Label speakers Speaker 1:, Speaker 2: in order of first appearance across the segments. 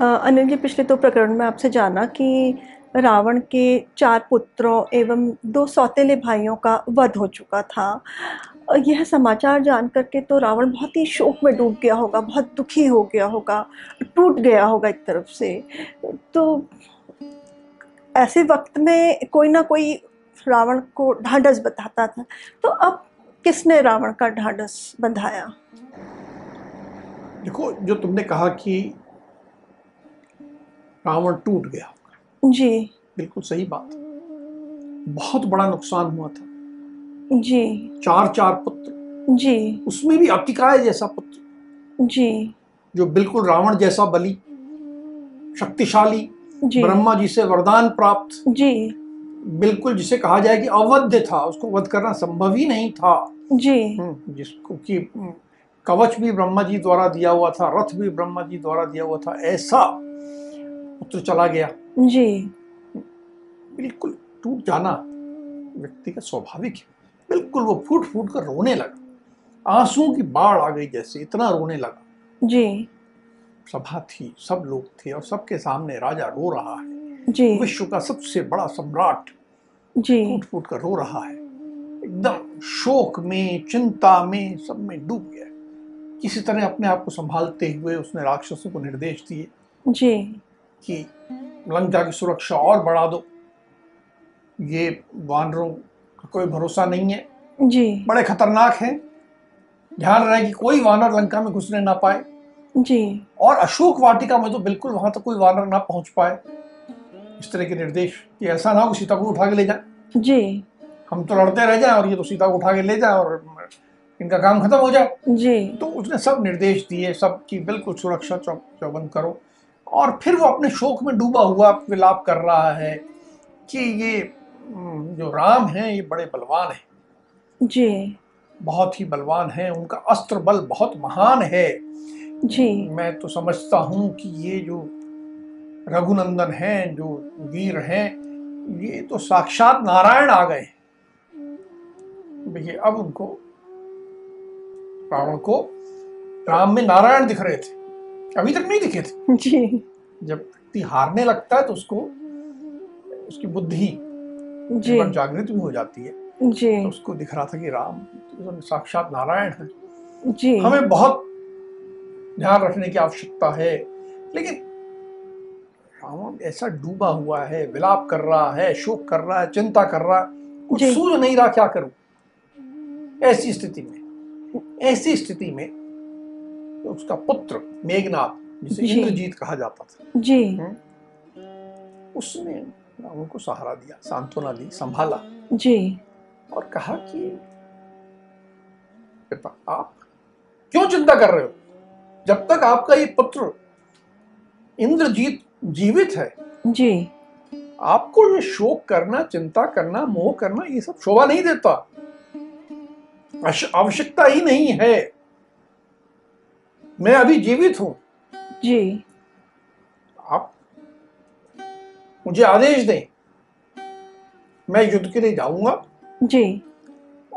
Speaker 1: अ, अनिल जी पिछले दो प्रकरण में आपसे जाना कि रावण के चार पुत्रों एवं दो सौतेले भाइयों का वध हो चुका था अ, यह समाचार जान करके तो रावण बहुत ही शोक में डूब गया होगा बहुत दुखी हो गया होगा टूट गया होगा एक तरफ से तो ऐसे वक्त में कोई ना कोई रावण को ढांढस बताता था तो अब किसने रावण का ढांढस बंधाया
Speaker 2: देखो जो तुमने कहा कि रावण टूट गया
Speaker 1: जी
Speaker 2: बिल्कुल सही बात बहुत बड़ा नुकसान हुआ था
Speaker 1: जी
Speaker 2: चार चार पुत्र
Speaker 1: जी
Speaker 2: उसमें भी अतिकाय जैसा पुत्र
Speaker 1: जी
Speaker 2: जो बिल्कुल रावण जैसा बली शक्तिशाली
Speaker 1: जी
Speaker 2: ब्रह्मा जी से वरदान प्राप्त
Speaker 1: जी
Speaker 2: बिल्कुल जिसे कहा जाए कि अवध्य था उसको वध करना संभव ही नहीं था
Speaker 1: जी
Speaker 2: हम्म, जिसको कि हम्म, कवच भी ब्रह्मा जी द्वारा दिया हुआ था रथ भी ब्रह्मा जी द्वारा दिया हुआ था ऐसा पुत्र चला गया
Speaker 1: जी
Speaker 2: बिल्कुल टूट जाना व्यक्ति का स्वाभाविक है बिल्कुल वो फूट फूट कर रोने लगा आंसुओं की बाढ़ आ गई जैसे इतना रोने लगा
Speaker 1: जी
Speaker 2: सभा थी सब लोग थे और सबके सामने राजा रो रहा है
Speaker 1: जी
Speaker 2: विश्व का सबसे बड़ा सम्राट
Speaker 1: जी
Speaker 2: फूट फूट कर रो रहा है एकदम शोक में चिंता में सब में डूब गया किसी तरह अपने आप को संभालते हुए उसने राक्षसों को निर्देश दिए
Speaker 1: जी
Speaker 2: कि लंका की सुरक्षा और बढ़ा दो ये वानरों का कोई भरोसा नहीं है
Speaker 1: जी
Speaker 2: बड़े खतरनाक हैं ध्यान रहे कि कोई वानर लंका में घुसने ना पाए
Speaker 1: जी
Speaker 2: और अशोक वाटिका में तो बिल्कुल वहां तक कोई वानर ना पहुंच पाए इस तरह के निर्देश कि ऐसा ना हो कि सीता को उठा के ले जाए
Speaker 1: जी
Speaker 2: हम तो लड़ते रह जाए और ये तो सीता को उठा के ले जाए और इनका काम खत्म हो जाए
Speaker 1: जी
Speaker 2: तो उसने सब निर्देश दिए सब की बिल्कुल सुरक्षा चौ, चौबंद करो और फिर वो अपने शोक में डूबा हुआ विलाप कर रहा है कि ये हम्म, जो राम हैं ये बड़े बलवान हैं
Speaker 1: जी
Speaker 2: बहुत ही बलवान हैं उनका अस्त्र बल बहुत महान है
Speaker 1: जी
Speaker 2: मैं तो समझता हूँ कि ये जो रघुनंदन हैं जो वीर हैं ये तो साक्षात नारायण आ गए हैं। देखिए अब उनको रावण को राम में नारायण दिख रहे थे अभी तक नहीं दिखे थे
Speaker 1: जी
Speaker 2: जब व्यक्ति हारने लगता है तो उसको उसकी बुद्धि
Speaker 1: जी
Speaker 2: एक बार जागृत भी हो जाती है
Speaker 1: जी
Speaker 2: तो उसको दिख रहा था कि राम तो साक्षात नारायण है
Speaker 1: जी
Speaker 2: हमें बहुत ध्यान रखने की आवश्यकता है लेकिन रावण ऐसा डूबा हुआ है विलाप कर रहा है शोक कर रहा है चिंता कर रहा है कुछ
Speaker 1: जी।
Speaker 2: सूझ नहीं रहा क्या करूं ऐसी स्थिति में ऐसी स्थिति में तो उसका पुत्र मेघनाथ जिसे
Speaker 1: जी।
Speaker 2: इंद्रजीत कहा जाता था
Speaker 1: जी
Speaker 2: उसने रावण को सहारा दिया सांत्वना दी संभाला
Speaker 1: जी
Speaker 2: और कहा कि पिता आप क्यों चिंता कर रहे हो जब तक आपका ये पुत्र इंद्रजीत जीवित है
Speaker 1: जी
Speaker 2: आपको ये शोक करना चिंता करना मोह करना ये सब शोभा नहीं देता अश- आवश्यकता ही नहीं है मैं अभी जीवित हूं
Speaker 1: जी
Speaker 2: आप मुझे आदेश दें मैं युद्ध के लिए जाऊंगा
Speaker 1: जी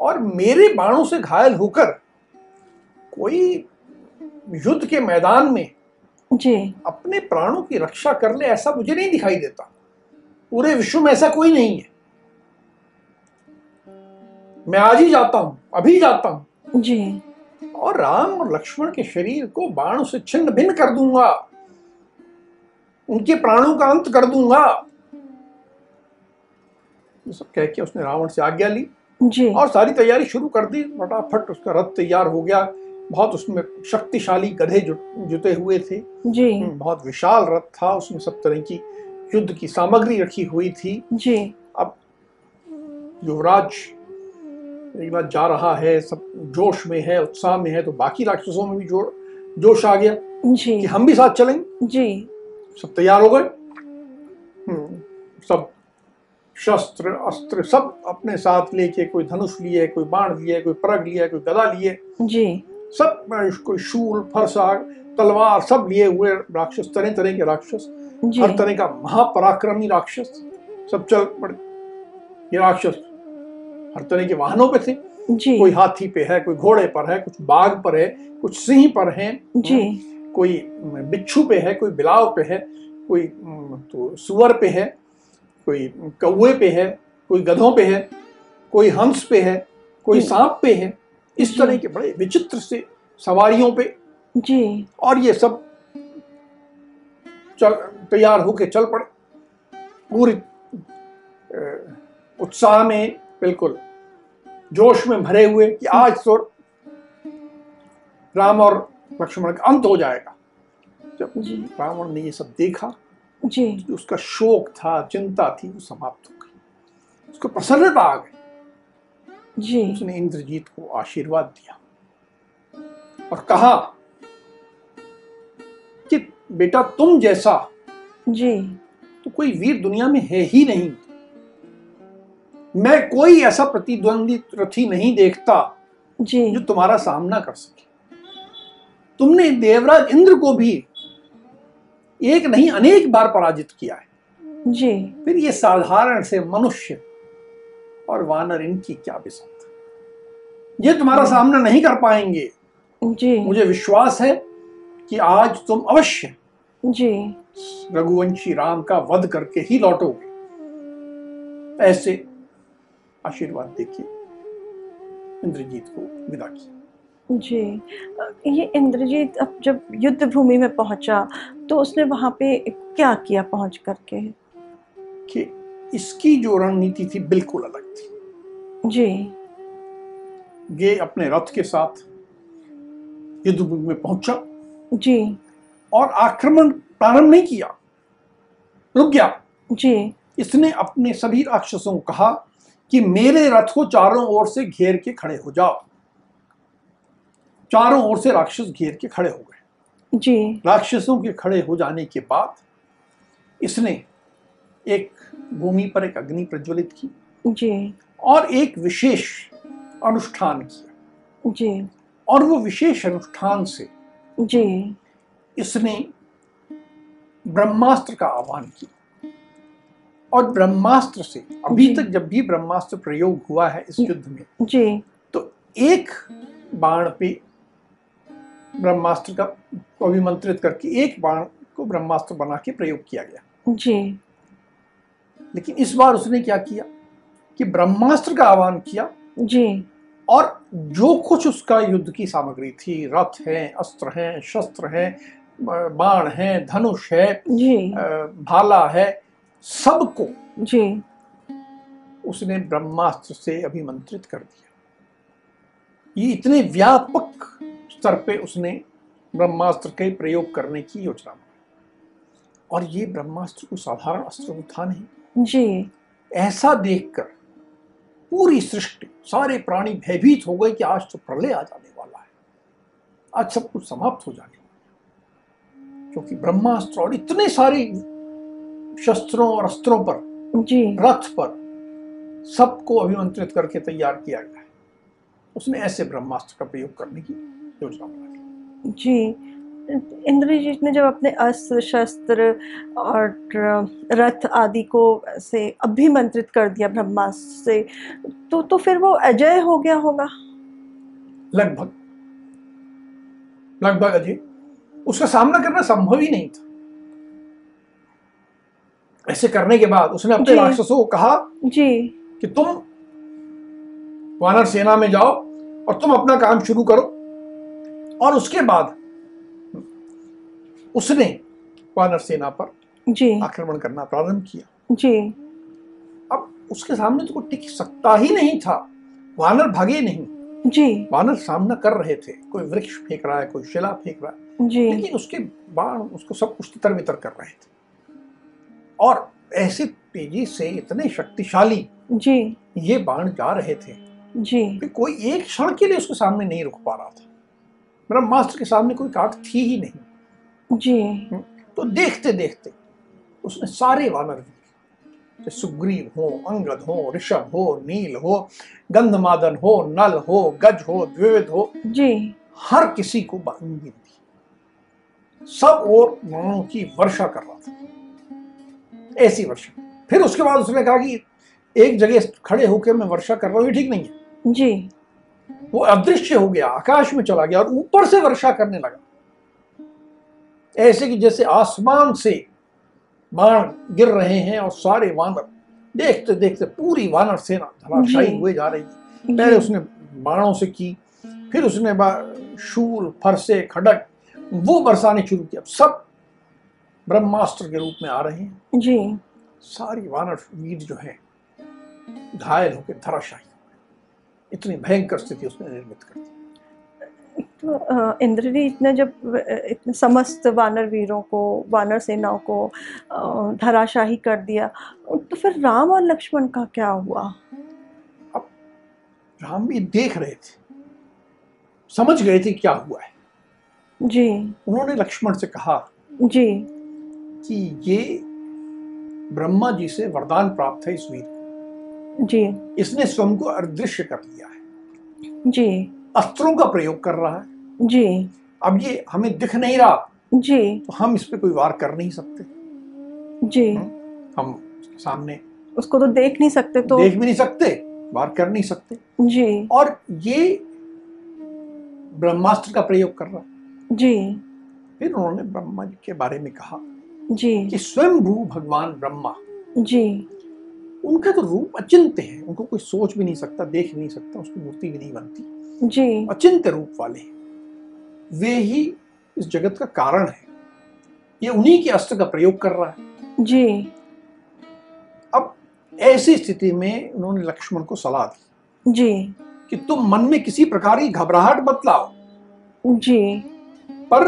Speaker 2: और मेरे बाणों से घायल होकर कोई युद्ध के मैदान में
Speaker 1: जी
Speaker 2: अपने प्राणों की रक्षा कर ले ऐसा मुझे नहीं दिखाई देता पूरे विश्व में ऐसा कोई नहीं है मैं आज ही जाता हूं अभी जाता हूं
Speaker 1: जी
Speaker 2: और राम और लक्ष्मण के शरीर को बाणों से छिन्न भिन्न कर दूंगा उनके प्राणों का अंत कर दूंगा ये सब कह के उसने रावण से आज्ञा ली
Speaker 1: जी
Speaker 2: और सारी तैयारी शुरू कर दी फटाफट उसका रथ तैयार हो गया बहुत उसमें शक्तिशाली गधे जु- जुटे हुए थे
Speaker 1: जी
Speaker 2: बहुत विशाल रथ था उसमें सब तरह की युद्ध की सामग्री रखी हुई थी
Speaker 1: जी
Speaker 2: युवराज एक बार जा रहा है सब जोश में है उत्साह में है तो बाकी राक्षसों में भी जो जोश आ गया
Speaker 1: जी
Speaker 2: कि हम भी साथ चलेंगे
Speaker 1: जी
Speaker 2: सब तैयार हो गए हम्म, सब शस्त्र अस्त्र सब अपने साथ लेके कोई धनुष लिए कोई बाण लिए कोई परग लिए कोई गदा लिए
Speaker 1: जी
Speaker 2: सब अ, कोई शूल फरसा तलवार सब लिए हुए राक्षस तरह तरह के राक्षस
Speaker 1: जी
Speaker 2: हर तरह का महापराक्रमी राक्षस सब चल पड़े ये राक्षस हर तरह के वाहनों पे थे
Speaker 1: जी
Speaker 2: कोई हाथी पे है कोई घोड़े पर है कुछ बाघ पर है कुछ सिंह पर है
Speaker 1: जी
Speaker 2: कोई अम, बिच्छू पे है कोई बिलाव पे है कोई अम, तो सुअर पे है कोई अम, कौवे पे है कोई गधों पे है कोई हंस पे है कोई
Speaker 1: जी।
Speaker 2: सांप पे है इस तरह के बड़े विचित्र से सवारियों पे
Speaker 1: जी
Speaker 2: और ये सब चल तैयार होके चल पड़े पूरी अ, उत्साह में बिल्कुल जोश में भरे हुए कि आज तो राम और लक्ष्मण का अंत हो जाएगा जब
Speaker 1: जी
Speaker 2: रावण ने ये सब देखा
Speaker 1: जी
Speaker 2: कि उसका शोक था चिंता थी वो समाप्त हो गई उसको प्रसन्नता आ गई
Speaker 1: जी
Speaker 2: उसने इंद्रजीत को आशीर्वाद दिया और कहा कि बेटा तुम जैसा
Speaker 1: जी
Speaker 2: तो कोई वीर दुनिया में है ही नहीं मैं कोई ऐसा प्रतिद्वंदी रथी नहीं देखता
Speaker 1: जी
Speaker 2: जो तुम्हारा सामना कर सके तुमने देवराज इंद्र को भी एक नहीं अनेक बार पराजित किया है
Speaker 1: जी
Speaker 2: फिर ये साधारण से मनुष्य और वानर इनकी क्या बिसात ये तुम्हारा सामना नहीं कर पाएंगे
Speaker 1: जी
Speaker 2: मुझे विश्वास है कि आज तुम अवश्य
Speaker 1: जी
Speaker 2: रघुवंशी राम का वध करके ही लौटोगे ऐसे आशीर्वाद देके इंद्रजीत को विदा किया
Speaker 1: जी अ, ये इंद्रजीत अब जब युद्ध भूमि में पहुंचा तो उसने वहां पे क्या किया पहुंच करके
Speaker 2: कि इसकी जो रणनीति थी बिल्कुल अलग थी
Speaker 1: जी
Speaker 2: ये अपने रथ के साथ युद्ध भूमि में पहुंचा
Speaker 1: जी
Speaker 2: और आक्रमण प्रारंभ नहीं किया रुक गया
Speaker 1: जी
Speaker 2: इसने अपने सभी राक्षसों को कहा कि मेरे रथ को चारों ओर से घेर के खड़े हो जाओ चारों ओर से राक्षस घेर के खड़े हो गए
Speaker 1: जी
Speaker 2: राक्षसों के खड़े हो जाने के बाद इसने एक भूमि पर एक अग्नि प्रज्वलित की
Speaker 1: जी
Speaker 2: और एक विशेष अनुष्ठान किया
Speaker 1: जी
Speaker 2: और वो विशेष अनुष्ठान से
Speaker 1: जी
Speaker 2: इसने ब्रह्मास्त्र का आह्वान किया और ब्रह्मास्त्र से अभी
Speaker 1: जी।
Speaker 2: तक जब भी ब्रह्मास्त्र प्रयोग हुआ है इस युद्ध में
Speaker 1: जी
Speaker 2: तो एक बाण पे ब्रह्मास्त्र का को अभिमंत्रित करके एक बाण को ब्रह्मास्त्र बना के प्रयोग किया गया
Speaker 1: जी
Speaker 2: लेकिन इस बार उसने क्या किया कि ब्रह्मास्त्र का आह्वान किया
Speaker 1: जी
Speaker 2: और जो कुछ उसका युद्ध की सामग्री थी रथ है अस्त्र हैं शस्त्र हैं बाण हैं धनुष है
Speaker 1: जी
Speaker 2: अ, भाला है सबको
Speaker 1: जी
Speaker 2: उसने ब्रह्मास्त्र से अभिमंत्रित कर दिया ये इतने व्यापक स्तर पे उसने ब्रह्मास्त्र के प्रयोग करने की योजना बनाई और ये ब्रह्मास्त्र को साधारण अस्त्र उत्थान है
Speaker 1: जी
Speaker 2: ऐसा देखकर पूरी सृष्टि सारे प्राणी भयभीत हो गए कि आज तो प्रलय आ जाने वाला है आज सब कुछ समाप्त हो जाने वाला है क्योंकि ब्रह्मास्त्र और इतने सारे शस्त्रों और अस्त्रों पर
Speaker 1: जी
Speaker 2: रथ पर सबको अभिमंत्रित करके तैयार किया गया है उसने ऐसे ब्रह्मास्त्र का प्रयोग करने की योजना बनाई
Speaker 1: जी इंद्रजीत ने जब अपने अस्त्र शस्त्र और रथ आदि को ऐसे अभिमंत्रित कर दिया ब्रह्मास्त्र से तो तो फिर वो अजय हो गया होगा
Speaker 2: लगभग लगभग अजय उसका सामना करना संभव ही नहीं था ऐसे करने के बाद उसने अपने
Speaker 1: जी।
Speaker 2: राक्षसों को कहा
Speaker 1: जी
Speaker 2: कि तुम वानर सेना में जाओ और तुम अपना काम शुरू करो और उसके बाद उसने वानर सेना पर
Speaker 1: जी
Speaker 2: आक्रमण करना प्रारंभ किया
Speaker 1: जी
Speaker 2: अब उसके सामने तो कोई टिक सकता ही नहीं था वानर भागे नहीं
Speaker 1: जी
Speaker 2: वानर सामना कर रहे थे कोई वृक्ष फेंक रहा है कोई शिला फेंक रहा है
Speaker 1: जी
Speaker 2: लेकिन उसके बाण उसको सब कुछ तितर बितर कर रहे थे और ऐसे तेजी से इतने शक्तिशाली
Speaker 1: जी
Speaker 2: ये बाण जा रहे थे
Speaker 1: जी
Speaker 2: कि कोई एक क्षण के लिए उसके सामने मतलब नहीं रुक पा रहा था ब्रह्मास्त्र के सामने कोई काट थी ही नहीं
Speaker 1: जी
Speaker 2: तो देखते देखते उसने सारे वानर देखे चाहे सुग्रीव हो अंगद हो ऋषभ हो नील हो गंधमादन हो नल हो गज हो द्विविध हो
Speaker 1: जी
Speaker 2: हर किसी को बांगी दी सब और मानों की वर्षा कर रहा था ऐसी वर्षा फिर उसके बाद उसने कहा कि एक जगह खड़े होकर मैं वर्षा कर रहा हूँ ये ठीक नहीं है
Speaker 1: जी
Speaker 2: वो अदृश्य हो गया आकाश में चला गया और ऊपर से वर्षा करने लगा ऐसे कि जैसे आसमान से बाण गिर रहे हैं और सारे वानर देखते देखते पूरी वानर सेना धराशायी
Speaker 1: जी।
Speaker 2: हुए जा रही है पहले
Speaker 1: जी
Speaker 2: उसने बाणों से की फिर उसने बा- शूल फरसे खडक वो बरसाने शुरू किया सब ब्रह्मास्त्र के रूप में आ रहे हैं
Speaker 1: जी
Speaker 2: सारी वानर वीर जो है घायल होकर धराशायी हो गए। इतनी भयंकर स्थिति उसने निर्मित कर दी
Speaker 1: तो अ, इंद्रजीत ने जब अ, इतने समस्त वानर वीरों को वानर सेनाओं को अ, धराशाही कर दिया तो फिर राम और लक्ष्मण का क्या हुआ
Speaker 2: राम भी देख रहे थे समझ गए थे क्या हुआ है
Speaker 1: जी
Speaker 2: उन्होंने लक्ष्मण से कहा
Speaker 1: जी
Speaker 2: कि ये ब्रह्मा जी से वरदान प्राप्त है इस वीर को
Speaker 1: जी
Speaker 2: इसने स्वयं को अदृश्य कर लिया है
Speaker 1: जी
Speaker 2: अस्त्रों का प्रयोग कर रहा है
Speaker 1: जी
Speaker 2: अब ये हमें दिख नहीं रहा
Speaker 1: जी
Speaker 2: तो हम इस पे कोई वार कर नहीं सकते
Speaker 1: जी
Speaker 2: हम्म, हम उसके सामने
Speaker 1: उसको तो देख नहीं सकते तो
Speaker 2: देख भी नहीं सकते वार कर नहीं सकते
Speaker 1: जी
Speaker 2: और ये ब्रह्मास्त्र का प्रयोग कर रहा है
Speaker 1: जी
Speaker 2: फिर उन्होंने ब्रह्मा जी के बारे में कहा
Speaker 1: जी
Speaker 2: कि स्वयं भू भगवान ब्रह्मा
Speaker 1: जी
Speaker 2: उनका तो रूप अचिंत्य है उनको कोई सोच भी नहीं सकता देख भी नहीं सकता उसकी मूर्ति भी नहीं बनती
Speaker 1: जी
Speaker 2: अचिंत्य रूप वाले हैं वे ही इस जगत का कारण है ये उन्हीं के अस्त्र का प्रयोग कर रहा है
Speaker 1: जी
Speaker 2: ऐसी स्थिति में उन्होंने लक्ष्मण को सलाह दी
Speaker 1: जी
Speaker 2: कि तुम मन में किसी प्रकार की घबराहट मत लाओ
Speaker 1: जी
Speaker 2: पर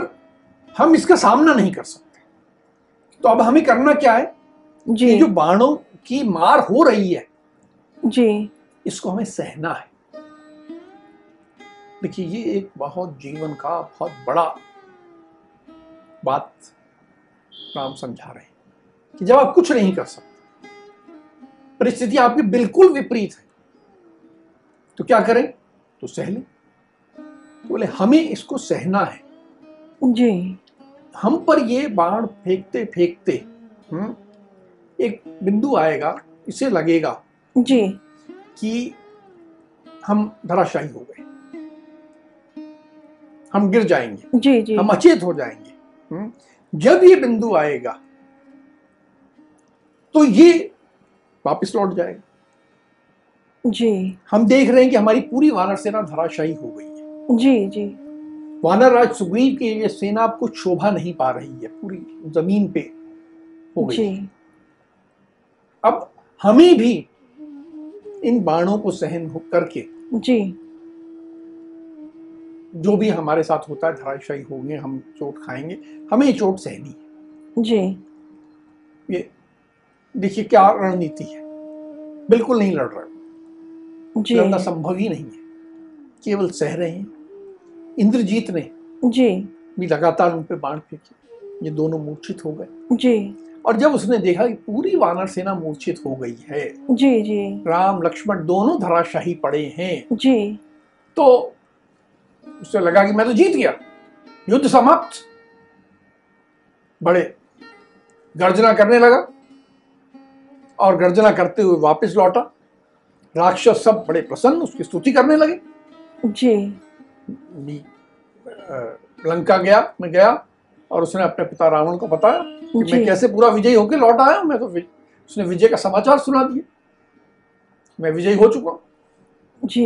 Speaker 2: हम इसका सामना नहीं कर सकते तो अब हमें करना क्या है कि
Speaker 1: जी
Speaker 2: जो बाणों की मार हो रही है
Speaker 1: जी
Speaker 2: इसको हमें सहना है देखिए ये एक बहुत जीवन का बहुत बड़ा बात राम समझा रहे हैं कि जब आप कुछ नहीं कर सकते परिस्थिति आपकी बिल्कुल विपरीत है तो क्या करें तो सह लें तो बोले हमें इसको सहना है
Speaker 1: जी
Speaker 2: हम पर ये बाण फेंकते फेंकते हम्म, एक बिंदु आएगा इसे लगेगा
Speaker 1: जी
Speaker 2: कि हम धराशायी हो गए हम गिर जाएंगे
Speaker 1: जी जी
Speaker 2: हम अचेत हो जाएंगे हम्म? जब ये बिंदु आएगा तो ये वापस लौट जाएगा
Speaker 1: जी
Speaker 2: हम देख रहे हैं कि हमारी पूरी वानर सेना धराशायी हो गई है
Speaker 1: जी जी
Speaker 2: वानर राज सुग्रीव की ये सेना कुछ शोभा नहीं पा रही है पूरी जमीन पे हो गई है।
Speaker 1: जी
Speaker 2: अब हमें भी इन बाणों को सहन हो- करके
Speaker 1: जी
Speaker 2: जो भी हमारे साथ होता है धराशायी होंगे हम चोट खाएंगे हमें ये चोट सहनी है
Speaker 1: जी
Speaker 2: ये देखिए क्या रणनीति है बिल्कुल नहीं लड़ रहे
Speaker 1: जी
Speaker 2: लड़ना संभव ही नहीं है केवल सह रहे हैं इंद्रजीत ने
Speaker 1: जी
Speaker 2: भी लगातार उन पर बाण फेंके ये दोनों मूर्छित हो गए
Speaker 1: जी
Speaker 2: और जब उसने देखा कि पूरी वानर सेना मूर्छित हो गई है
Speaker 1: जी जी
Speaker 2: राम लक्ष्मण दोनों धराशाही पड़े हैं
Speaker 1: जी
Speaker 2: तो उसे लगा कि मैं तो जीत गया युद्ध समाप्त बड़े गर्जना करने लगा और गर्जना करते हुए वापस लौटा राक्षस सब बड़े प्रसन्न उसकी स्तुति करने लगे
Speaker 1: जी
Speaker 2: मी- अ, लंका गया मैं गया और उसने अपने पिता रावण को बताया कि मैं
Speaker 1: जी
Speaker 2: कैसे पूरा विजयी होकर लौट आया मैं तो वि- उसने विजय का समाचार सुना दिया मैं विजयी हो चुका हूं।
Speaker 1: जी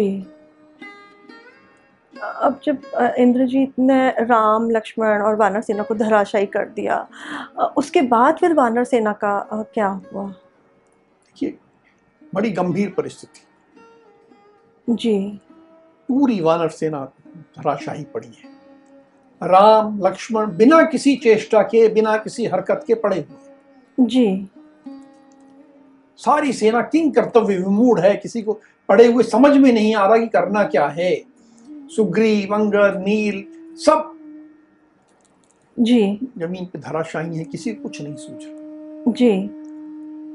Speaker 1: अब जब अ, इंद्रजीत ने राम लक्ष्मण और वानर सेना को धराशायी कर दिया अ, उसके बाद फिर वानर सेना का अ, क्या हुआ
Speaker 2: देखिए बड़ी गंभीर परिस्थिति
Speaker 1: जी
Speaker 2: पूरी वानर सेना धराशाही पड़ी है राम लक्ष्मण बिना किसी चेष्टा के बिना किसी हरकत के पड़े हुए हैं।
Speaker 1: जी
Speaker 2: सारी सेना किंग कर्तव्य विमूढ़ है किसी को पड़े हुए समझ में नहीं आ रहा कि करना क्या है सुग्रीव अंगद नील सब
Speaker 1: जी
Speaker 2: जमीन पे धराशायी है किसी को कुछ नहीं सूझ रहा
Speaker 1: जी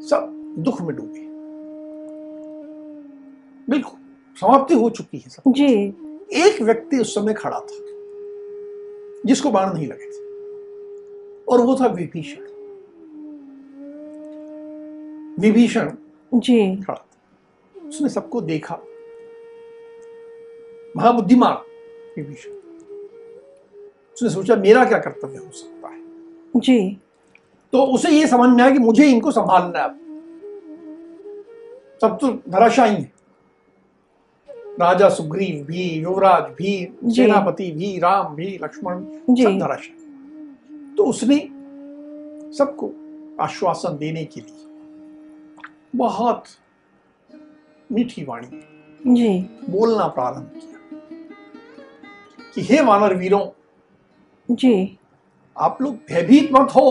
Speaker 2: सब दुख में डूबे बिल्कुल समाप्ति हो चुकी है सब
Speaker 1: जी
Speaker 2: एक व्यक्ति उस समय खड़ा था जिसको बाण नहीं लगे थे और वो था विभीषण विभीषण
Speaker 1: जी
Speaker 2: खड़ा था उसने सबको देखा महाबुद्धिमान विभीषण उसने सोचा मेरा क्या कर्तव्य हो सकता है
Speaker 1: जी
Speaker 2: तो उसे ये समझ में आया कि मुझे इनको संभालना है अब। सब तो धराशायी है राजा सुग्रीव भी युवराज भी
Speaker 1: जी।
Speaker 2: सेनापति भी राम भी लक्ष्मण भी,
Speaker 1: जी।
Speaker 2: सब धराशायी तो उसने सबको आश्वासन देने के लिए बहुत मीठी वाणी में
Speaker 1: जी
Speaker 2: बोलना प्रारंभ किया कि हे वानर वीरों
Speaker 1: जी
Speaker 2: आप लोग भयभीत मत हो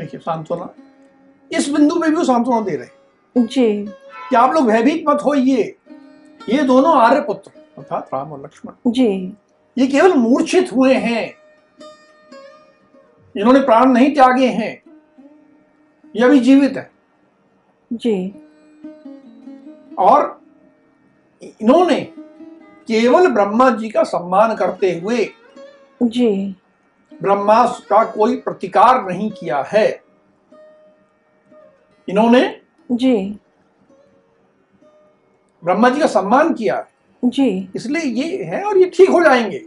Speaker 2: देखिए सांत्वना इस बिंदु पे भी वो सांत्वना दे रहे हैं
Speaker 1: जी
Speaker 2: कि आप लोग भयभीत मत होइए ये दोनों आर्यपुत्र अर्थात राम और लक्ष्मण
Speaker 1: जी
Speaker 2: ये केवल मूर्छित हुए हैं इन्होंने प्राण नहीं त्यागे हैं ये अभी जीवित है
Speaker 1: जी
Speaker 2: और इन्होंने केवल ब्रह्मा जी का सम्मान करते हुए
Speaker 1: जी
Speaker 2: ब्रह्मास्त्र का कोई प्रतिकार नहीं किया है इन्होंने
Speaker 1: जी
Speaker 2: ब्रह्मा जी का सम्मान किया है।
Speaker 1: जी
Speaker 2: इसलिए ये है और ये ठीक हो जाएंगे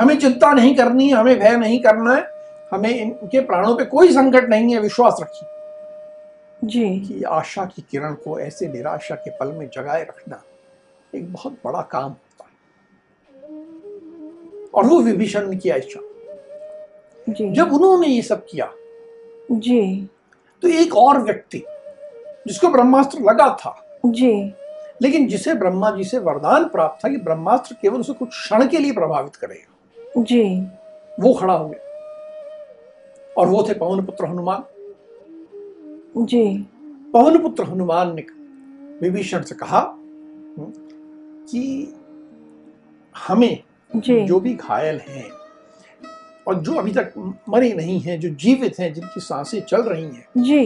Speaker 2: हमें चिंता नहीं करनी है हमें भय नहीं करना है हमें इनके प्राणों पे कोई संकट नहीं है विश्वास रखिए
Speaker 1: जी
Speaker 2: कि आशा की किरण को ऐसे निराशा के पल में जगाए रखना एक बहुत बड़ा काम होता है और वो विभीषण ने किया इच्छा
Speaker 1: जी
Speaker 2: जब उन्होंने ये सब किया
Speaker 1: जी
Speaker 2: तो एक और व्यक्ति जिसको ब्रह्मास्त्र लगा था
Speaker 1: जी
Speaker 2: लेकिन जिसे ब्रह्मा जी से वरदान प्राप्त था कि ब्रह्मास्त्र केवल उसे कुछ क्षण के लिए प्रभावित करेगा
Speaker 1: जी
Speaker 2: वो खड़ा हो गया और वो थे पवन पुत्र हनुमान
Speaker 1: जी
Speaker 2: पवन पुत्र हनुमान ने विभीषण से कहा हम्म, कि हमें
Speaker 1: जी
Speaker 2: जो भी घायल हैं और जो अभी तक मरे नहीं हैं जो जीवित हैं जिनकी सांसें चल रही हैं
Speaker 1: जी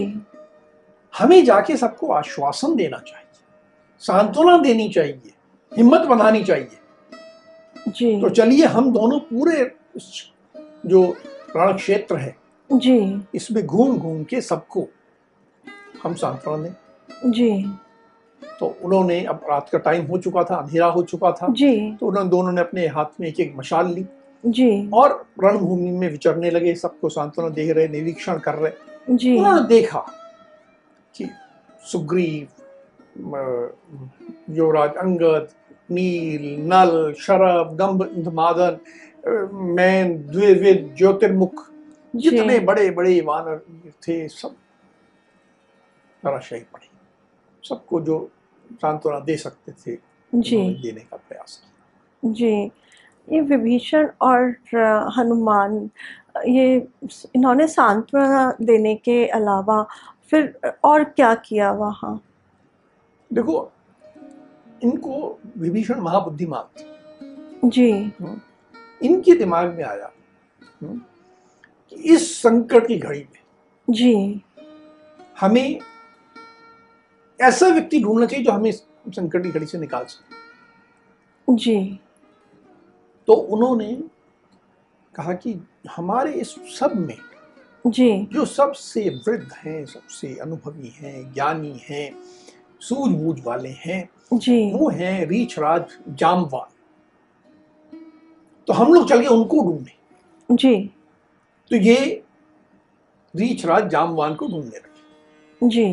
Speaker 2: हमें जाके सबको आश्वासन देना चाहिए सांत्वना देनी चाहिए हिम्मत बनानी चाहिए
Speaker 1: जी
Speaker 2: तो चलिए हम दोनों पूरे इस जो रण क्षेत्र है
Speaker 1: जी
Speaker 2: इसमें घूम घूम के सबको हम सांत्वना दें
Speaker 1: जी
Speaker 2: तो उन्होंने अब रात का टाइम हो चुका था अंधेरा हो चुका था
Speaker 1: जी
Speaker 2: तो उन्होंने दोनों ने अपने हाथ में एक एक मशाल ली
Speaker 1: जी
Speaker 2: और रणभूमि में विचरने लगे सबको सांत्वना दे रहे निरीक्षण कर रहे
Speaker 1: जी
Speaker 2: उन्होंने देखा कि सुग्रीव अ, युवराज अंगद नील नल शरभ गंभ मादन अ, मैन द्विविद ज्योतिर्मुख जितने
Speaker 1: जी
Speaker 2: बड़े बड़े वानर वीर थे सब धराशायी पड़े सबको जो सांत्वना दे सकते थे उन्होंने
Speaker 1: जी
Speaker 2: देने का प्रयास किया
Speaker 1: जी ये विभीषण और अ, हनुमान अ, ये स- इन्होंने सांत्वना देने के अलावा फिर अ, और क्या किया वहाँ
Speaker 2: देखो इनको विभीषण महाबुद्धिमान थे
Speaker 1: जी
Speaker 2: इनके दिमाग में आया हम्म, कि इस संकट की घड़ी में
Speaker 1: जी
Speaker 2: हमें ऐसा व्यक्ति ढूंढना चाहिए जो हमें इस संकट की घड़ी से निकाल सके
Speaker 1: जी
Speaker 2: तो उन्होंने कहा कि हमारे इस सब में
Speaker 1: जी
Speaker 2: जो सबसे वृद्ध हैं सबसे अनुभवी हैं ज्ञानी हैं सूझबूझ वाले हैं
Speaker 1: जी
Speaker 2: वो हैं रीछराज जामवान तो हम लोग चल के उनको ढूंढे
Speaker 1: जी
Speaker 2: तो ये रीछराज जामवान को ढूंढने लगे
Speaker 1: जी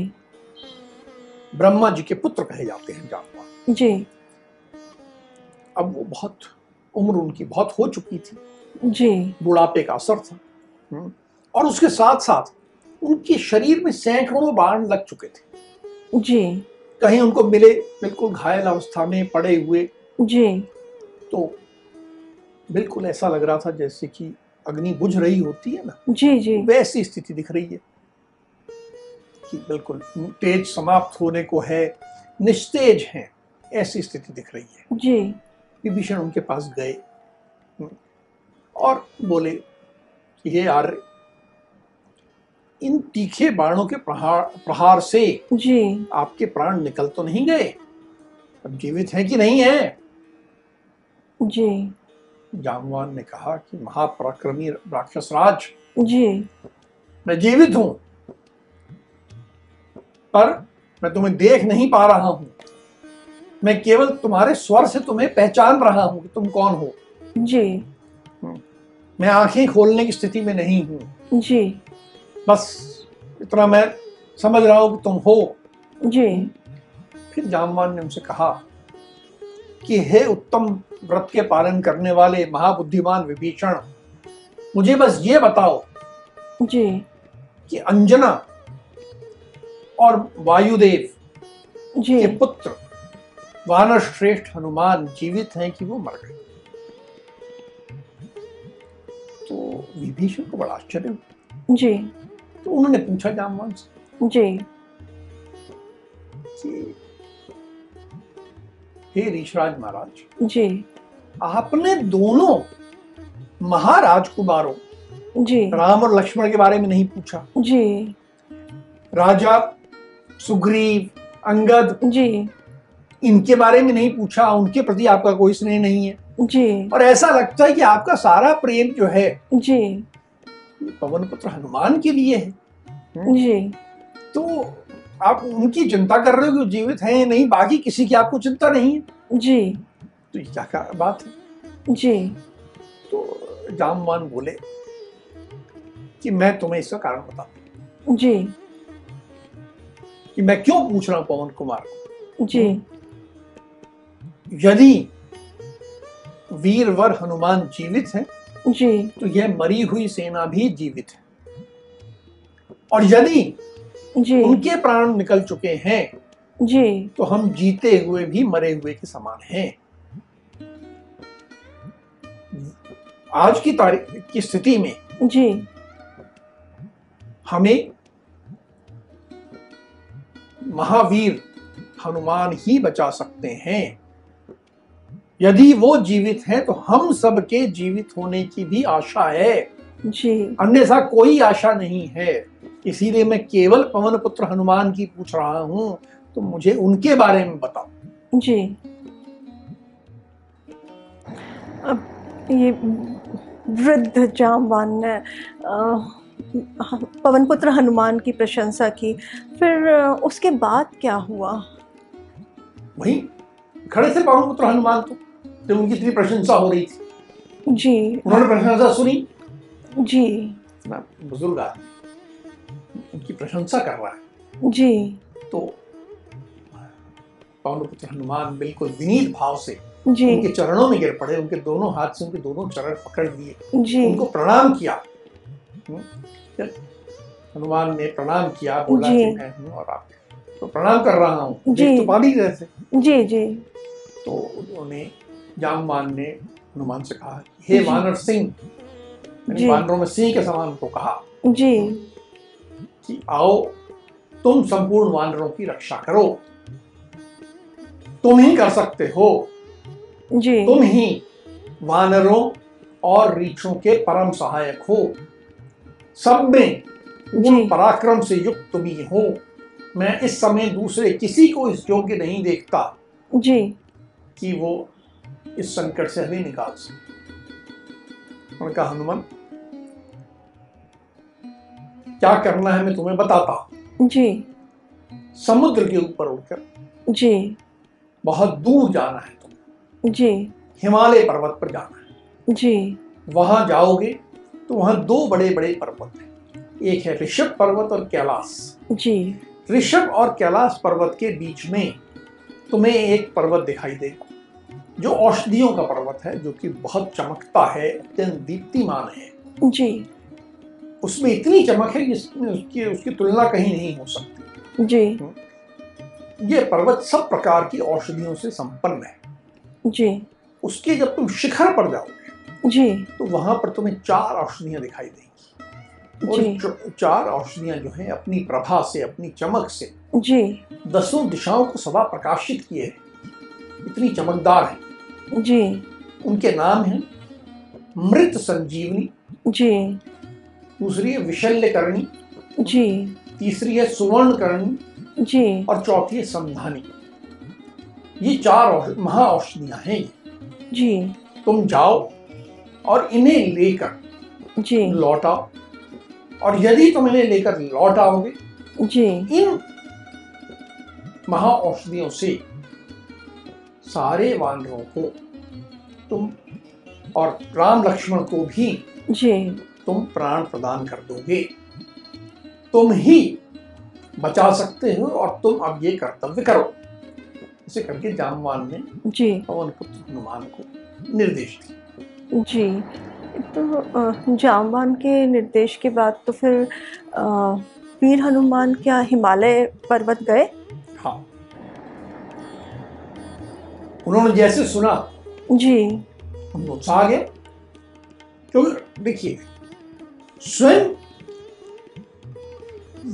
Speaker 2: ब्रह्मा जी के पुत्र कहे जाते हैं जामवान
Speaker 1: जी
Speaker 2: अब वो बहुत उम्र उनकी बहुत हो चुकी थी
Speaker 1: जी
Speaker 2: बुढ़ापे का असर था हम्म। और उसके साथ साथ उनके शरीर में सैकड़ों बाण लग चुके थे
Speaker 1: जी
Speaker 2: कहीं उनको मिले बिल्कुल घायल अवस्था में पड़े हुए
Speaker 1: जी
Speaker 2: तो बिल्कुल ऐसा लग रहा था जैसे कि अग्नि बुझ रही होती है ना
Speaker 1: जी जी
Speaker 2: वैसी स्थिति दिख रही है कि बिल्कुल तेज समाप्त होने को है निस्तेज हैं ऐसी स्थिति दिख रही है
Speaker 1: जी
Speaker 2: विभीषण उनके पास गए और बोले कि हे आर्य इन तीखे बाणों के प्रहार प्रहार से
Speaker 1: जी
Speaker 2: आपके प्राण निकल तो नहीं गए अब जीवित हैं कि नहीं हैं
Speaker 1: जी
Speaker 2: जामवान ने कहा कि महापराक्रमी राक्षस राज
Speaker 1: जी
Speaker 2: मैं जीवित हूं पर मैं तुम्हें देख नहीं पा रहा हूं मैं केवल तुम्हारे स्वर से तुम्हें पहचान रहा हूं कि तुम कौन हो
Speaker 1: जी
Speaker 2: मैं आंखें खोलने की स्थिति में नहीं हूं
Speaker 1: जी
Speaker 2: बस इतना मैं समझ रहा हूं कि तुम हो
Speaker 1: जी
Speaker 2: फिर जामवान ने उनसे कहा कि हे उत्तम व्रत के पालन करने वाले महाबुद्धिमान विभीषण मुझे बस ये बताओ
Speaker 1: जी
Speaker 2: कि अंजना और वायुदेव
Speaker 1: जी
Speaker 2: के पुत्र वानर श्रेष्ठ हनुमान जीवित हैं कि वो मर गए तो विभीषण को बड़ा आश्चर्य हुआ।
Speaker 1: जी
Speaker 2: तो उन्होंने पूछा जामवान से
Speaker 1: जी
Speaker 2: कि हे ऋषराज महाराज
Speaker 1: जी
Speaker 2: आपने दोनों महाराजकुमारों
Speaker 1: जी
Speaker 2: राम और लक्ष्मण के बारे में नहीं पूछा
Speaker 1: जी
Speaker 2: राजा सुग्रीव अंगद
Speaker 1: जी
Speaker 2: इनके बारे में नहीं पूछा उनके प्रति आपका कोई स्नेह नहीं है
Speaker 1: जी
Speaker 2: और ऐसा लगता है कि आपका सारा प्रेम जो है
Speaker 1: जी
Speaker 2: ये पवन पुत्र हनुमान के लिए है
Speaker 1: जी
Speaker 2: तो आप उनकी चिंता कर रहे हो कि वो जीवित हैं या नहीं बाकी किसी की आपको चिंता नहीं है
Speaker 1: जी
Speaker 2: तो ये क्या का बात है
Speaker 1: जी
Speaker 2: तो जामवान बोले कि मैं तुम्हें इसका कारण बताता हूं
Speaker 1: जी
Speaker 2: कि मैं क्यों पूछ रहा हूं पवन कुमार को।
Speaker 1: जी
Speaker 2: यदि वीरवर हनुमान जीवित हैं
Speaker 1: जी
Speaker 2: तो यह मरी हुई सेना भी जीवित है और यदि
Speaker 1: जी
Speaker 2: उनके प्राण निकल चुके हैं
Speaker 1: जी
Speaker 2: तो हम जीते हुए भी मरे हुए के समान हैं आज की तारीख की स्थिति में
Speaker 1: जी
Speaker 2: हमें महावीर हनुमान ही बचा सकते हैं यदि वो जीवित हैं तो हम सबके जीवित होने की भी आशा है
Speaker 1: जी
Speaker 2: अन्यथा कोई आशा नहीं है इसीलिए मैं केवल पवन पुत्र हनुमान की पूछ रहा हूं तो मुझे उनके बारे में बताओ
Speaker 1: जी अब ये वृद्ध जामवान ने अ, पवन पुत्र हनुमान की प्रशंसा की फिर अ, उसके बाद क्या हुआ
Speaker 2: वही खड़े थे पवन पुत्र हनुमान तो जब उनकी इतनी प्रशंसा हो रही थी
Speaker 1: जी
Speaker 2: उन्होंने प्रशंसा सुनी
Speaker 1: जी
Speaker 2: ना बुजुर्ग आदमी उनकी प्रशंसा कर रहा है
Speaker 1: जी
Speaker 2: तो पवन पुत्र हनुमान बिल्कुल विनीत भाव से
Speaker 1: जी
Speaker 2: उनके चरणों में गिर पड़े उनके दोनों हाथ से उनके दोनों चरण पकड़ लिए
Speaker 1: जी
Speaker 2: उनको प्रणाम किया हम्म? फिर हनुमान ने प्रणाम किया बोला
Speaker 1: जी।
Speaker 2: कि मैं हूँ और आप तो प्रणाम कर रहा हूँ
Speaker 1: जी।
Speaker 2: देख तो पा नहीं रहे थे
Speaker 1: जी जी
Speaker 2: तो उन्होंने जामवान ने हनुमान से कहा हे
Speaker 1: जी।
Speaker 2: वानर सिंह यानी
Speaker 1: जी।
Speaker 2: वानरों में सिंह के समान को कहा
Speaker 1: जी
Speaker 2: कि आओ तुम संपूर्ण वानरों की रक्षा करो तुम ही कर सकते हो
Speaker 1: जी
Speaker 2: तुम ही वानरों और रीछों के परम सहायक हो सब में
Speaker 1: जी
Speaker 2: उन पराक्रम से युक्त तुम ही हो मैं इस समय दूसरे किसी को इस योग्य नहीं देखता
Speaker 1: जी
Speaker 2: कि वो इस संकट से हमें निकाल सके उन्होंने कहा हनुमान क्या करना है मैं तुम्हें बताता हूं।
Speaker 1: जी
Speaker 2: समुद्र के ऊपर उड़कर
Speaker 1: जी
Speaker 2: बहुत दूर जाना है तुम्हें
Speaker 1: जी
Speaker 2: हिमालय पर्वत पर जाना है
Speaker 1: जी
Speaker 2: वहां जाओगे तो वहां दो बड़े बड़े पर्वत हैं एक है ऋषभ पर्वत और कैलाश
Speaker 1: जी
Speaker 2: ऋषभ और कैलाश पर्वत के बीच में तुम्हें एक पर्वत दिखाई देगा जो औषधियों का पर्वत है जो कि बहुत चमकता है अत्यंत दीप्तिमान है
Speaker 1: जी
Speaker 2: उसमें इतनी चमक है कि इसमें उसकी उसकी तुलना कहीं नहीं हो सकती
Speaker 1: जी
Speaker 2: ये पर्वत सब प्रकार की औषधियों से संपन्न है
Speaker 1: जी
Speaker 2: उसके जब तुम शिखर पर जाओगे
Speaker 1: जी
Speaker 2: तो वहां पर तुम्हें चार औषधियां दिखाई देंगी और
Speaker 1: जी
Speaker 2: च- चार औषधियां जो हैं अपनी प्रभा से अपनी चमक से
Speaker 1: जी
Speaker 2: दसों दिशाओं को सदा प्रकाशित किए हैं इतनी चमकदार है
Speaker 1: जी
Speaker 2: उनके नाम हैं मृत संजीवनी
Speaker 1: जी
Speaker 2: दूसरी है विशल्यकर्णी
Speaker 1: जी
Speaker 2: तीसरी है सुवर्णकर्णी
Speaker 1: जी
Speaker 2: और चौथी है समधानी ये चार औष- महा औषधियां हैं
Speaker 1: जी
Speaker 2: तुम जाओ और इन्हें लेकर
Speaker 1: जी
Speaker 2: लौट आओ और यदि तुम इन्हें लेकर लौट आओगे
Speaker 1: जी
Speaker 2: इन महा औषधियों से सारे वानरों को तुम और राम लक्ष्मण को भी
Speaker 1: जी
Speaker 2: तुम प्राण प्रदान कर दोगे तुम ही बचा सकते हो और तुम अब ये कर्तव्य करो इसे करके जामवान ने
Speaker 1: जी
Speaker 2: पवन पुत्र हनुमान को निर्देश दिया
Speaker 1: जी तो अ, जामवान के निर्देश के बाद तो फिर अ, वीर हनुमान क्या हिमालय पर्वत गए
Speaker 2: हाँ उन्होंने जैसे सुना
Speaker 1: जी
Speaker 2: हम उत्साह गए क्योंकि देखिए स्वयं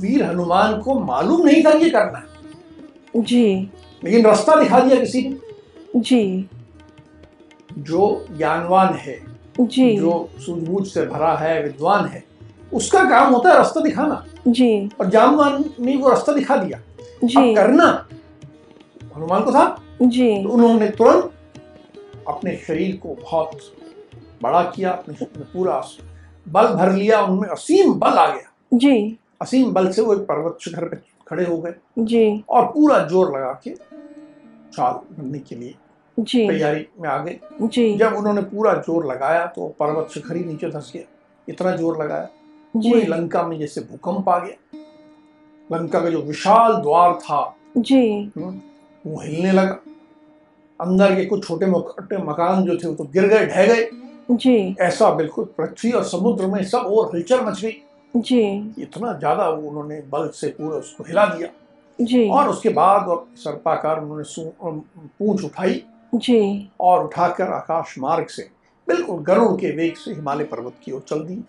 Speaker 2: वीर हनुमान को मालूम नहीं था ये करना है
Speaker 1: जी
Speaker 2: लेकिन रास्ता दिखा दिया किसी ने
Speaker 1: जी
Speaker 2: जो ज्ञानवान है
Speaker 1: जी
Speaker 2: जो सूझबूझ से भरा है विद्वान है उसका काम होता है रास्ता दिखाना
Speaker 1: जी
Speaker 2: और जामवान ने वो रास्ता दिखा दिया अब
Speaker 1: जी
Speaker 2: करना हनुमान को था
Speaker 1: जी
Speaker 2: तो उन्होंने तुरंत अपने शरीर को बहुत बड़ा किया अपने शरीर में पूरा बल भर लिया उनमें असीम बल आ गया
Speaker 1: जी
Speaker 2: असीम बल से वो एक पर्वत शिखर पे खड़े हो गए
Speaker 1: जी
Speaker 2: और पूरा जोर लगा के चाल बनने के लिए
Speaker 1: जी
Speaker 2: तैयारी में आ गए
Speaker 1: जी
Speaker 2: जब उन्होंने पूरा जोर लगाया तो वो पर्वत शिखर ही नीचे धस गया इतना जोर लगाया पूरी
Speaker 1: जी
Speaker 2: लंका में जैसे भूकंप आ गया लंका का जो विशाल द्वार था
Speaker 1: जी
Speaker 2: हम्म, वो हिलने लगा अंदर के कुछ छोटे मोटे मकान जो थे वो तो गिर गए ढह गए
Speaker 1: जी
Speaker 2: ऐसा बिल्कुल पृथ्वी और समुद्र में सब और हलचल मच गई
Speaker 1: जी
Speaker 2: इतना ज्यादा वो उन्होंने बल से पूरा उसको हिला दिया
Speaker 1: जी
Speaker 2: और उसके बाद और सर्पाकार उन्होंने सू- अम, पूंछ उठाई
Speaker 1: जी
Speaker 2: और उठाकर आकाश मार्ग से बिल्कुल गरुड़ के वेग से हिमालय पर्वत की ओर चल दी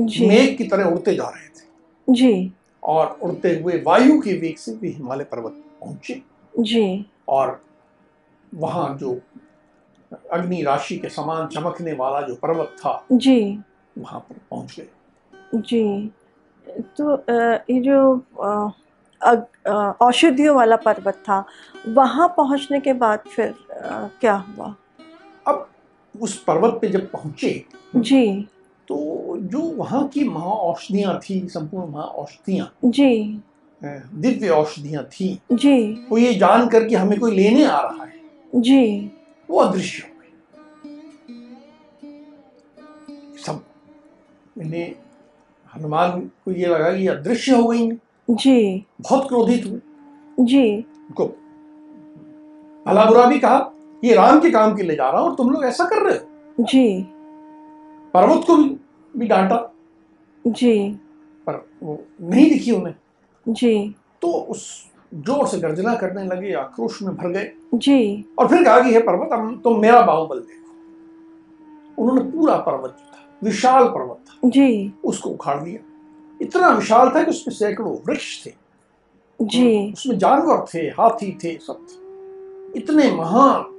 Speaker 1: जी
Speaker 2: मेघ की तरह उड़ते जा रहे थे
Speaker 1: जी
Speaker 2: और उड़ते हुए वायु के वेग से वे हिमालय पर्वत पहुंचे
Speaker 1: जी
Speaker 2: और वहाँ जो अग्नि राशि के समान चमकने वाला जो पर्वत था
Speaker 1: जी
Speaker 2: वहाँ पर पहुँच गए
Speaker 1: जी तो अ, ये जो अ, अग- अ, औषधियों वाला पर्वत था वहाँ पहुँचने के बाद फिर अ, क्या हुआ
Speaker 2: अब उस पर्वत पे जब पहुँचे
Speaker 1: जी
Speaker 2: तो जो वहाँ की महा औषधियाँ थी संपूर्ण महा औषधियाँ
Speaker 1: जी
Speaker 2: दिव्य औषधियाँ थी
Speaker 1: जी
Speaker 2: वो ये जान कर कि हमें कोई लेने आ रहा है
Speaker 1: जी
Speaker 2: वो अदृश्य हो गए सब इन्हें हनुमान को ये लगा कि ये अदृश्य हो गई हैं।
Speaker 1: जी
Speaker 2: बहुत क्रोधित हुए
Speaker 1: जी
Speaker 2: उनको भला बुरा भी कहा ये राम के काम के लिए जा रहा हूं और तुम लोग ऐसा कर रहे हो
Speaker 1: जी
Speaker 2: पर्वत को भी, भी डांटा
Speaker 1: जी
Speaker 2: पर वो नहीं दिखी उन्हें
Speaker 1: जी
Speaker 2: तो उस जोर से गर्जना करने लगे आक्रोश में भर गए
Speaker 1: जी
Speaker 2: और फिर कहा कि हे पर्वत अब तुम मेरा बाहुबल देखो उन्होंने पूरा पर्वत जो था विशाल पर्वत था
Speaker 1: जी
Speaker 2: उसको उखाड़ दिया इतना विशाल था कि उसमें सैकड़ों वृक्ष थे
Speaker 1: जी
Speaker 2: उसमें जानवर थे हाथी थे सब थे इतने महान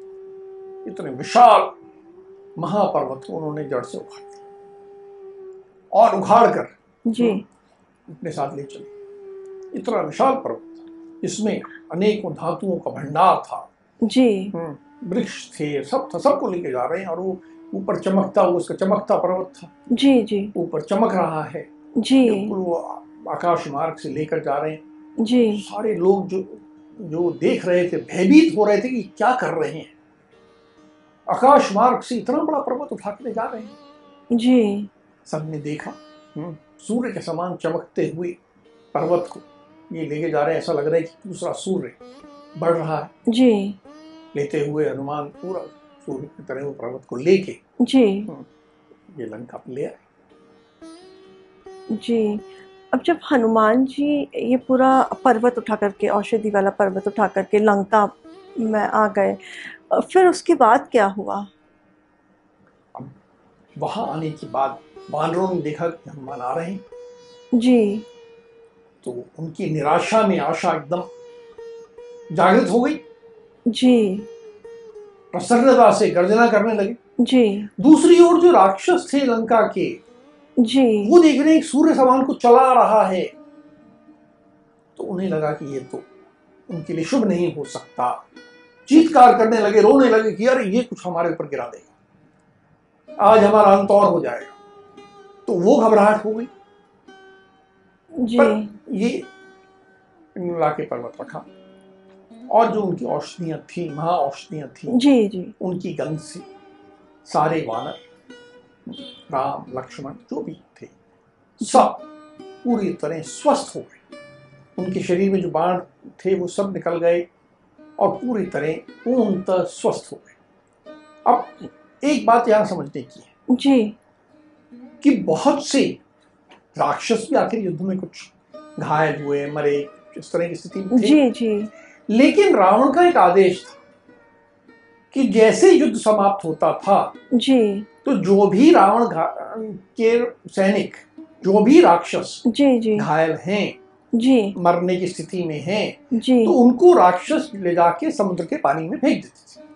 Speaker 2: इतने विशाल महापर्वत को उन्होंने जड़ से उखाड़ दिया और उखाड़ कर
Speaker 1: जी
Speaker 2: अपने साथ ले चले इतना विशाल पर्वत था जिसमें अनेकों धातुओं का भंडार था
Speaker 1: जी
Speaker 2: वृक्ष थे सब था सबको लेके जा रहे हैं और वो ऊपर चमकता हुआ उसका चमकता पर्वत था
Speaker 1: जी जी
Speaker 2: ऊपर चमक रहा है
Speaker 1: जी
Speaker 2: बिल्कुल वो आकाश मार्ग से लेकर जा रहे हैं
Speaker 1: जी
Speaker 2: सारे लोग जो जो देख रहे थे भयभीत हो रहे थे कि क्या कर रहे हैं आकाश मार्ग से इतना बड़ा पर्वत उठा के ले जा रहे हैं
Speaker 1: जी
Speaker 2: सबने देखा हम्म, सूर्य के समान चमकते हुए पर्वत को ये लेके जा रहे हैं ऐसा लग रहा है कि दूसरा सूर्य बढ़ रहा है
Speaker 1: जी
Speaker 2: लेते हुए हनुमान पूरा सूर्य की तरह वो पर्वत को लेके
Speaker 1: जी
Speaker 2: ये लंका पे ले आए
Speaker 1: जी अब जब हनुमान जी ये पूरा पर्वत उठा करके औषधि वाला पर्वत उठा करके लंका में आ गए अ, फिर उसके बाद क्या हुआ
Speaker 2: वहां आने के बाद वानरों ने देखा कि हनुमान आ रहे हैं
Speaker 1: जी
Speaker 2: तो उनकी निराशा में आशा एकदम जागृत हो गई
Speaker 1: जी
Speaker 2: प्रसन्नता से गर्जना करने लगे
Speaker 1: जी
Speaker 2: दूसरी ओर जो राक्षस थे लंका के
Speaker 1: जी
Speaker 2: वो देख रहे हैं कि सूर्य समान को चला रहा है तो उन्हें लगा कि ये तो उनके लिए शुभ नहीं हो सकता चीतकार करने लगे रोने लगे कि अरे ये कुछ हमारे ऊपर गिरा देगा आज हमारा अंत और हो जाएगा तो वो घबराहट हो गई
Speaker 1: जी
Speaker 2: पर ये ला के पर्वत रखा और जो उनकी औषधियां थी महा औषधियां थी
Speaker 1: जी जी
Speaker 2: उनकी गंध से सारे वानर राम लक्ष्मण जो भी थे सब पूरी तरह स्वस्थ हो गए उनके शरीर में जो बाण थे वो सब निकल गए और पूरी तरह पूर्णतः स्वस्थ हो गए अब एक बात यहाँ समझने की है
Speaker 1: जी
Speaker 2: कि बहुत से राक्षस भी आखिर युद्ध में कुछ घायल हुए मरे इस तरह की स्थिति में थे
Speaker 1: जी जी
Speaker 2: लेकिन रावण का एक आदेश था कि जैसे युद्ध समाप्त होता था
Speaker 1: जी
Speaker 2: तो जो भी रावण घा- के सैनिक जो भी राक्षस
Speaker 1: जी जी
Speaker 2: घायल हैं
Speaker 1: जी
Speaker 2: मरने की स्थिति में हैं
Speaker 1: जी
Speaker 2: तो उनको राक्षस ले जाके समुद्र के पानी में फेंक देते थे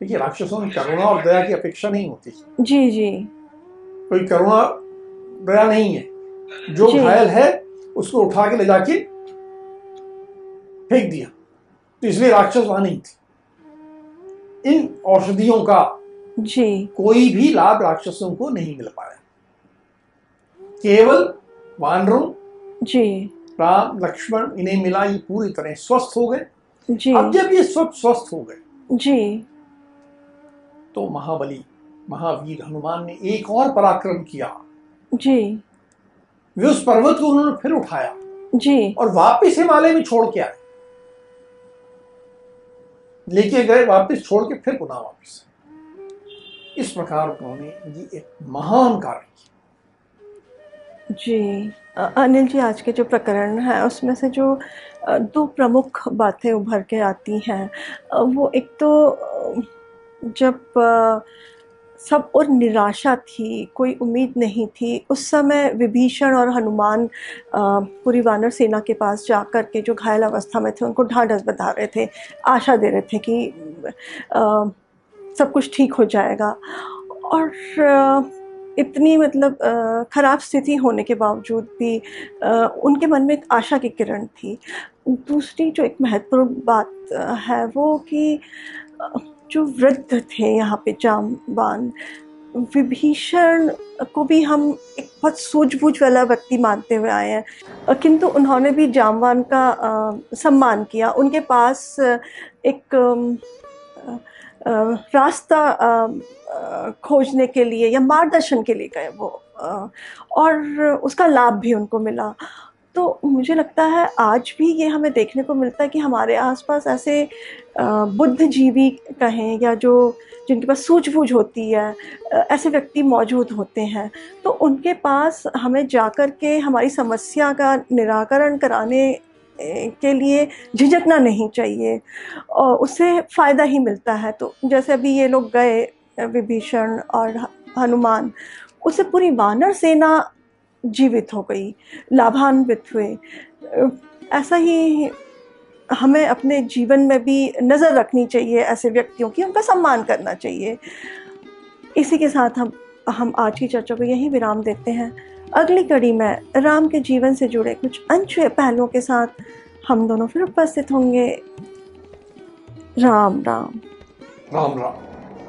Speaker 2: देखिए राक्षसों में करुणा और दया की अपेक्षा नहीं होती
Speaker 1: जी जी
Speaker 2: कोई करुणा दया नहीं है जो
Speaker 1: जी।
Speaker 2: घायल है उसको उठा के ले जाके फेंक दिया तो इसलिए राक्षस वहां नहीं थे इन औषधियों का
Speaker 1: जी
Speaker 2: कोई भी लाभ राक्षसों को नहीं मिल पाया केवल वानरों
Speaker 1: जी
Speaker 2: राम लक्ष्मण इन्हें मिला ये पूरी तरह स्वस्थ हो गए
Speaker 1: जी
Speaker 2: अब जब ये सब स्वस्थ हो गए
Speaker 1: जी
Speaker 2: तो महाबली महावीर हनुमान ने एक और पराक्रम किया
Speaker 1: जी
Speaker 2: वे उस पर्वत को उन्होंने फिर उठाया
Speaker 1: जी
Speaker 2: और वापस हिमालय में छोड़ के आए लेके गए वापस छोड़ के फिर पुनः वापस इस प्रकार उन्होंने ये एक महान कार्य किया
Speaker 1: जी अ- अनिल जी आज के जो प्रकरण है उसमें से जो अ, दो प्रमुख बातें उभर के आती हैं अ, वो एक तो अ, जब अ, सब और निराशा थी कोई उम्मीद नहीं थी उस समय विभीषण और हनुमान अ, पूरी वानर सेना के पास जा कर के जो घायल अवस्था में थे उनको ढांढस बता रहे थे आशा दे रहे थे कि अ, सब कुछ ठीक हो जाएगा और अ, इतनी मतलब अ, खराब स्थिति होने के बावजूद भी अ, उनके मन में एक आशा की किरण थी दूसरी जो एक महत्वपूर्ण बात अ, है वो कि अ, जो वृद्ध थे यहाँ पे जामबान विभीषण को भी हम एक बहुत सूझबूझ वाला व्यक्ति मानते हुए आए हैं अ, किंतु उन्होंने भी जामबान का अ, सम्मान किया उनके पास अ, एक अम, अ, अ, रास्ता अम, अ, खोजने के लिए या मार्गदर्शन के लिए गए वो अ, और उसका लाभ भी उनको मिला तो मुझे लगता है आज भी ये हमें देखने को मिलता है कि हमारे आसपास ऐसे अ, बुद्धिजीवी कहें या जो जिनके पास सूझबूझ होती है अ, ऐसे व्यक्ति मौजूद होते हैं तो उनके पास हमें जाकर के हमारी समस्या का निराकरण कराने अ, के लिए झिझकना नहीं चाहिए और उससे फ़ायदा ही मिलता है तो जैसे अभी ये लोग गए विभीषण और ह- हनुमान उससे पूरी वानर सेना जीवित हो गई लाभान्वित हुए अ, ऐसा ही हमें अपने जीवन में भी नज़र रखनी चाहिए ऐसे व्यक्तियों की उनका सम्मान करना चाहिए इसी के साथ हम हम आज की चर्चा को यहीं विराम देते हैं अगली कड़ी में राम के जीवन से जुड़े कुछ अनछुए पहलुओं के साथ हम दोनों फिर उपस्थित होंगे राम राम
Speaker 2: राम राम